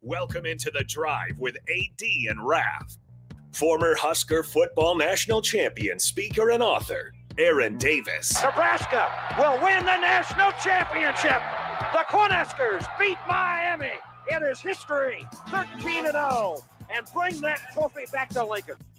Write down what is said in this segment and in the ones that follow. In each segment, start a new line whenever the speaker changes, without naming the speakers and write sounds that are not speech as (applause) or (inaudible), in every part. Welcome into the drive with AD and Raf. Former Husker football national champion, speaker, and author, Aaron Davis.
Nebraska will win the national championship. The Cornhuskers beat Miami. It is history, 13 and 0, and bring that trophy back to Lincoln.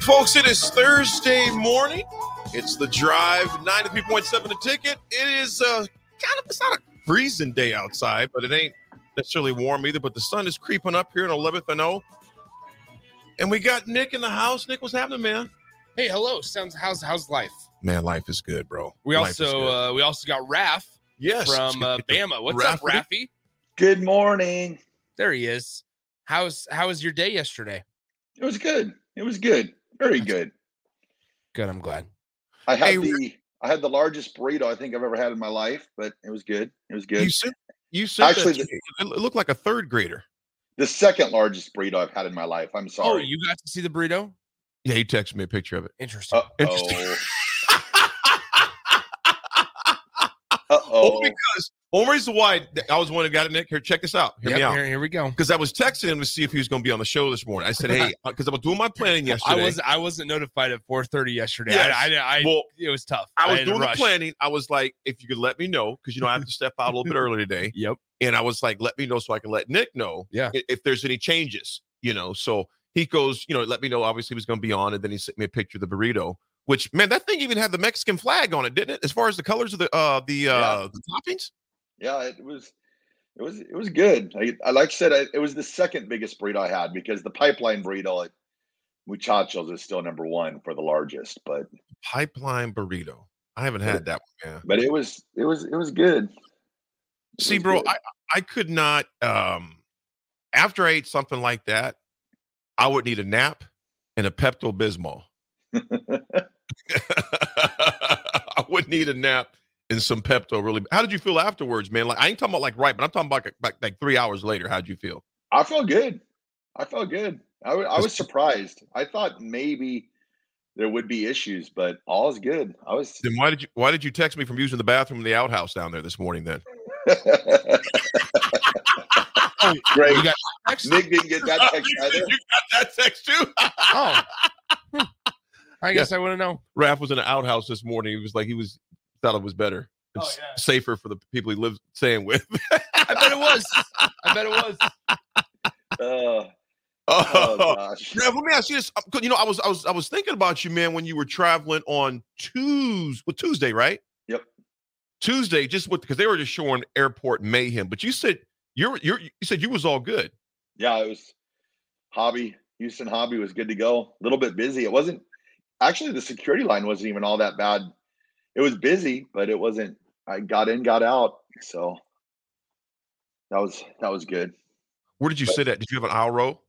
Folks, it is Thursday morning. It's the drive, 93.7 the ticket. It is uh, kind of, it's not a freezing day outside, but it ain't necessarily warm either. But the sun is creeping up here in 11th and O. And we got Nick in the house. Nick, what's happening, man?
Hey, hello. Sounds how's how's life?
Man, life is good, bro.
We
Life is
also
good.
uh, we also got Raph
yes, it's
from
good (laughs)
uh,
to get the
Bama. What's up,
Rafferty.
Raffy?
Good morning.
There he is. How's how was your day yesterday?
It was good. It was good. Very good.
Good. I'm glad.
I had
Hey, Rick.
the I had the largest burrito I think I've ever had in my life, but it was good. It was good.
You said, you said
Actually,
that to me. it looked like a third grader.
the second largest burrito I've had in my life. I'm
Oh,
sorry.
you got to see the burrito.
Yeah, he texted me a picture of it.
Interesting.
Uh oh. Uh
Oh,
oh.
because only reason why I was the one who got it, Nick. Here, check this out. Hear
Yep,
me out.
here, here we go.
because I was texting him to see if he was going to be on the show this morning. I said,
(laughs)
"Hey, because I was doing my planning yesterday.
I was I wasn't notified at 4:30 yesterday.
Yes.
I, I, I
well,
it was tough.
I was
had to
doing the
rush.
planning. I was like, if you could let me know, because you know I have to step out a little bit
(laughs)
early today,
Yep.
and I was like, let me know so I can let Nick know,
Yeah.
i- if there's any changes, you know." So he goes, you know, let me know. Obviously, he was going to be on, and then he sent me a picture of the burrito. Which man, that thing even had the Mexican flag on it, didn't it? As far as the colors of the uh the uh the toppings.
Yeah, it was it was it was good. I, I like I said I, it was the second biggest burrito I had because the pipeline burrito at Muchachos is still number one for the largest, but
Pipeline burrito. I haven't had that one, man.
but it was it was it was good. It
See,
was
bro,
good.
I I could not um after I ate something like that, I would need a nap and a Pepto (laughs) Bismol. I would need a nap and some Pepto really. How did you feel afterwards, man? Like I ain't talking about like right, but I'm talking about like, like, like three hours later. How'd you feel?
I felt good. I felt good. I wa- I
That's
was
good.
surprised. I thought maybe there would be issues, but all is good. I was. (laughs)
Then why did you why did you text me from using the bathroom in the outhouse down there this morning then?
Great.
You got next?
Nick didn't get that
(laughs)
text
you
either.
got that text too?
Oh. Hmm. I guess I want to know.
(laughs) Raph was in an outhouse this morning. He was like he was thought it was better. and
Oh,
s-
yeah.
Safer for the people he lives staying with.
(laughs) I bet it was. I bet it was.
Uh,
(laughs) Oh,
oh gosh.
Rev, let me ask you this. Uh, 'cause, You know, I was I was I was thinking about you, man, when you were traveling on Tuesday, well, Tuesday, right?
Yep.
Tuesday, just with because they were just showing airport mayhem. But you said you're you're you said you was all good.
Yeah, it was. Hobby Houston Hobby was good to go. A little bit busy. It wasn't actually the security line wasn't even all that bad. It was busy, but it wasn't. I got in, got out. So that was that was good.
Where did you sit at? Did you have an aisle row?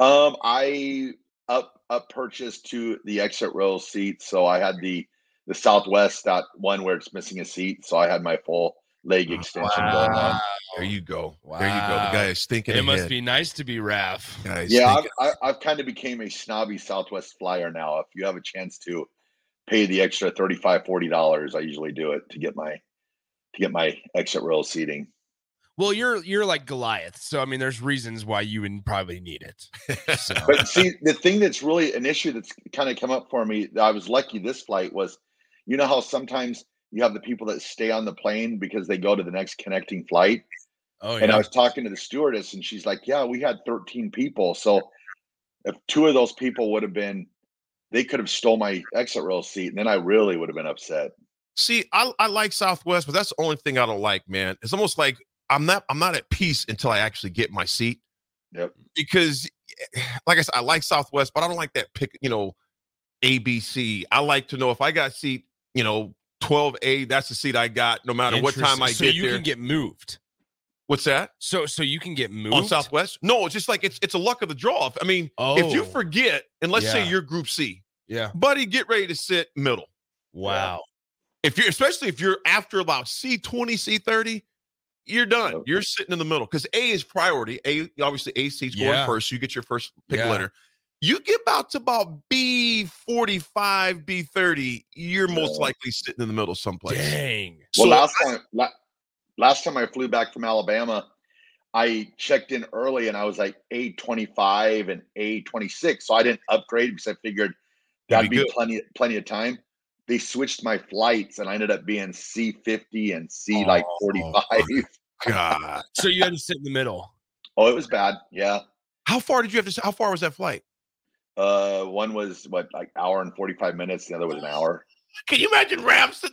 Um, I up up purchased to the exit row seat, so I had the the Southwest that one where it's missing a seat, so I had my full leg extension going on.
uh, There you go. There you go. The
Wow.
guy is thinking.
It must
ahead.
be nice to be Raph.
The guy is
Yeah,
thinking-
I've, I, I've kind of became a snobby Southwest flyer now. If you have a chance to pay the extra 35 40 dollars, I usually do it to get my to get my exit row seating.
Well, you're you're like Goliath, so I mean, there's reasons why you would probably need it. So,
But see, the thing that's really an issue that's kind of come up for me that I was lucky this flight was, you know how sometimes you have the people that stay on the plane because they go to the next connecting flight.
Oh
And I
yeah.
was talking to the stewardess, and she's like, "Yeah, we had 13 people. So if two of those people would have been, they could have stole my exit row seat, and then I really would have been upset."
See, I, I like Southwest, but that's the only thing I don't like, man. It's almost like I'm not I'm not at peace until I actually get my seat.
Yep.
Because eh, like I said, I like Southwest, but I don't like that pick, you know, ABC. I like to know if I got seat, you know, 12A, that's the seat I got no matter what time
Interesting.
I
so
get
you
there.
can get moved.
What's that?
So so you can get moved.
On Southwest? No, it's just like it's it's a luck of the draw. I mean,
Oh,
if you forget, and let's say
Yeah.
you're group C,
yeah.
buddy, get ready to sit middle.
Wow.
If you're especially if you're after about C20, C30, you're done.
Yep.
You're sitting in the middle because A is priority. A obviously A seat's going
Yeah.
first. So you get your first pick
Yeah.
letter. You get about to about B45, B30, you're most
Yeah.
likely sitting in the middle someplace.
Dang.
So
Well, last
I-
time, la- last time I flew back from Alabama, I checked in early and I was like A25 and A26, so I didn't upgrade because I figured
That'd
that'd
be
be
good.
plenty plenty of time. They switched my flights and I ended up being C50 and C like
Oh.
45.
God.
So you had to sit in the (laughs) middle.
(laughs) Oh, it was bad. Yeah.
How far did you have to how far was that flight?
Uh, one was what like hour and 45 minutes, the other was an hour.
Can you imagine Rams?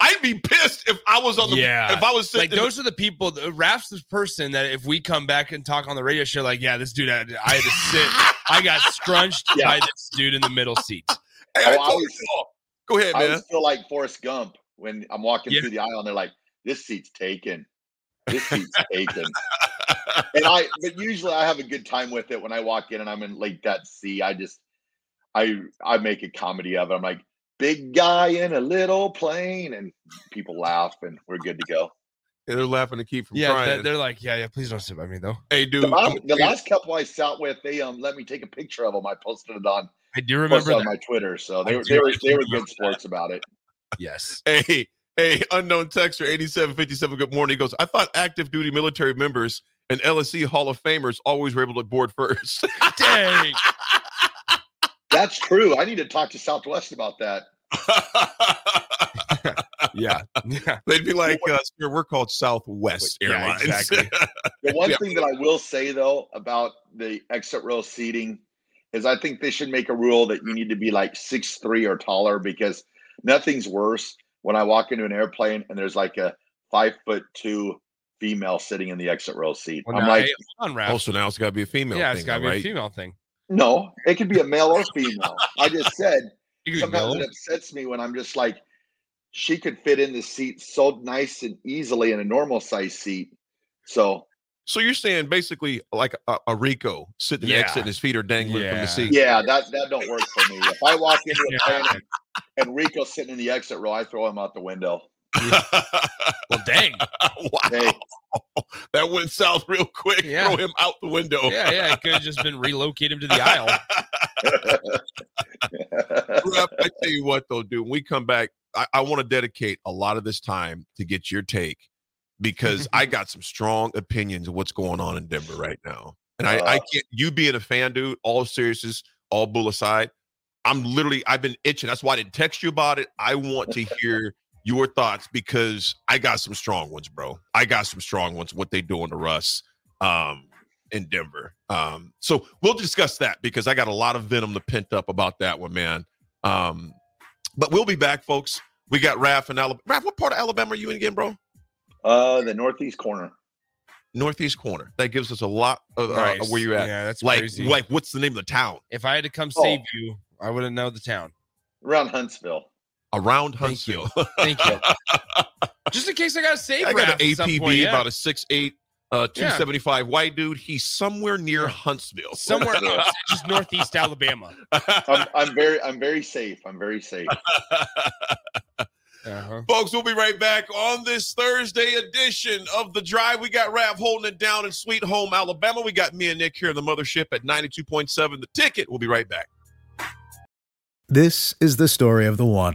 I'd be pissed if I was on the
Yeah.
if I was
Like
sitting
those are the people. the- Raph's the person that if we come back and talk on the radio show, like, yeah, this dude, had, I had to
(laughs)
sit. (laughs) I got scrunched
Yeah.
by this dude in the middle seat.
Hey, I
Oh, I
told
was-
y'all. Go ahead,
I
man.
always feel like Forrest Gump when I'm walking
Yeah.
through the aisle and they're like, "This seat's taken. This seat's
(laughs)
taken." And I, but usually I have a good time with it when I walk in and I'm in like that seat. I just, I, I make a comedy of it. I'm like, "Big guy in a little plane," and people laugh, and we're good to go.
Yeah, they're laughing to keep from
(laughs) Yeah,
crying.
they- they're like, yeah, yeah, please don't sit by me though.
hey, dude.
The, last,
I'm-
the last couple I sat with, they um let me take a picture of them. I posted it on,
I do
posted
remember
on
that.
my Twitter, so
I
they were
do
they were
actually
they were
remember
good sports about it.
Yes.
hey, hey, unknown texter, eighty-seven fifty-seven. Good morning. He goes. I thought active duty military members and LSC Hall of Famers always were able to board first.
(laughs)
(laughs)
Dang.
That's true. I need to talk to Southwest about that.
yeah. Yeah.
They'd be like, uh, "Sir, we're called Southwest
Yeah,
Airlines.
exactly.
The one
Yeah.
thing that I will say though about the exit row seating is I think they should make a rule that you need to be like six three or taller because nothing's worse when I walk into an airplane and there's like a five foot two female sitting in the exit row seat.
Well,
I'm
now,
like,
hey, hold on,
(laughs)
Raph.
also, now it's got to be a female.
yeah,
thing,
it's got to be
right?
a female thing.
no, it could be a male or female. I just said
(laughs) You could be
sometimes it
male.
upsets me when I'm just like, she could fit in the seat so nice and easily in a normal size seat. So
So you're saying basically like a, a Rico sitting
Yeah.
yeah. and his feet are dangling from
Yeah.
the seat.
Yeah, that that don't work for me. If I walk into a
Yeah.
plane and, and Rico's sitting in the exit row, I throw him out the window.
Well,
(laughs)
dang.
(laughs) wow.
Hey.
That went south real quick.
Yeah.
Throw him out the window.
Oh.
Yeah, yeah. It could have just been relocated him to the aisle.
Rep, I tell you what, though, dude, when we come back, I, I want to dedicate a lot of this time to get your take because I got some strong opinions of what's going on in Denver right now. And I, I
Uh.
can't, you being a fan, dude, all seriousness, all bull aside, I'm literally, I've been itching. That's why I didn't text you about it. I want to hear your thoughts because I got some strong ones, bro. I got some strong ones, what they doing to Russ. Um, in Denver. Um, so we'll discuss that because I got a lot of venom to pent up about that one, man. Um, but we'll be back, folks. We got Raph and Alabama. Raph, what part of Alabama are you in again, bro?
Uh, the northeast corner.
Northeast corner. That gives us a lot of uh,
Nice.
where you at.
Yeah, that's
like,
crazy.
like, what's the name of the town?
if I had to come
Oh.
save you, I would have known the town.
Around Huntsville.
Around
Thank you.
Huntsville.
Thank you.
(laughs)
Just in case I got to save
I got
Raph
an
at some
APB,
point, yeah.
about a 6'8", uh, 275 white dude. He's somewhere near
Yeah.
Huntsville.
somewhere else, just northeast Alabama.
I'm, I'm very I'm very safe. I'm very safe.
Uh-huh.
(laughs) Folks, we'll be right back on this Thursday edition of The Drive. We got Rav holding it down in Sweet Home, Alabama. We got me and Nick here in the mothership at 92.7. The ticket. We'll be right back.
This is the story of the one.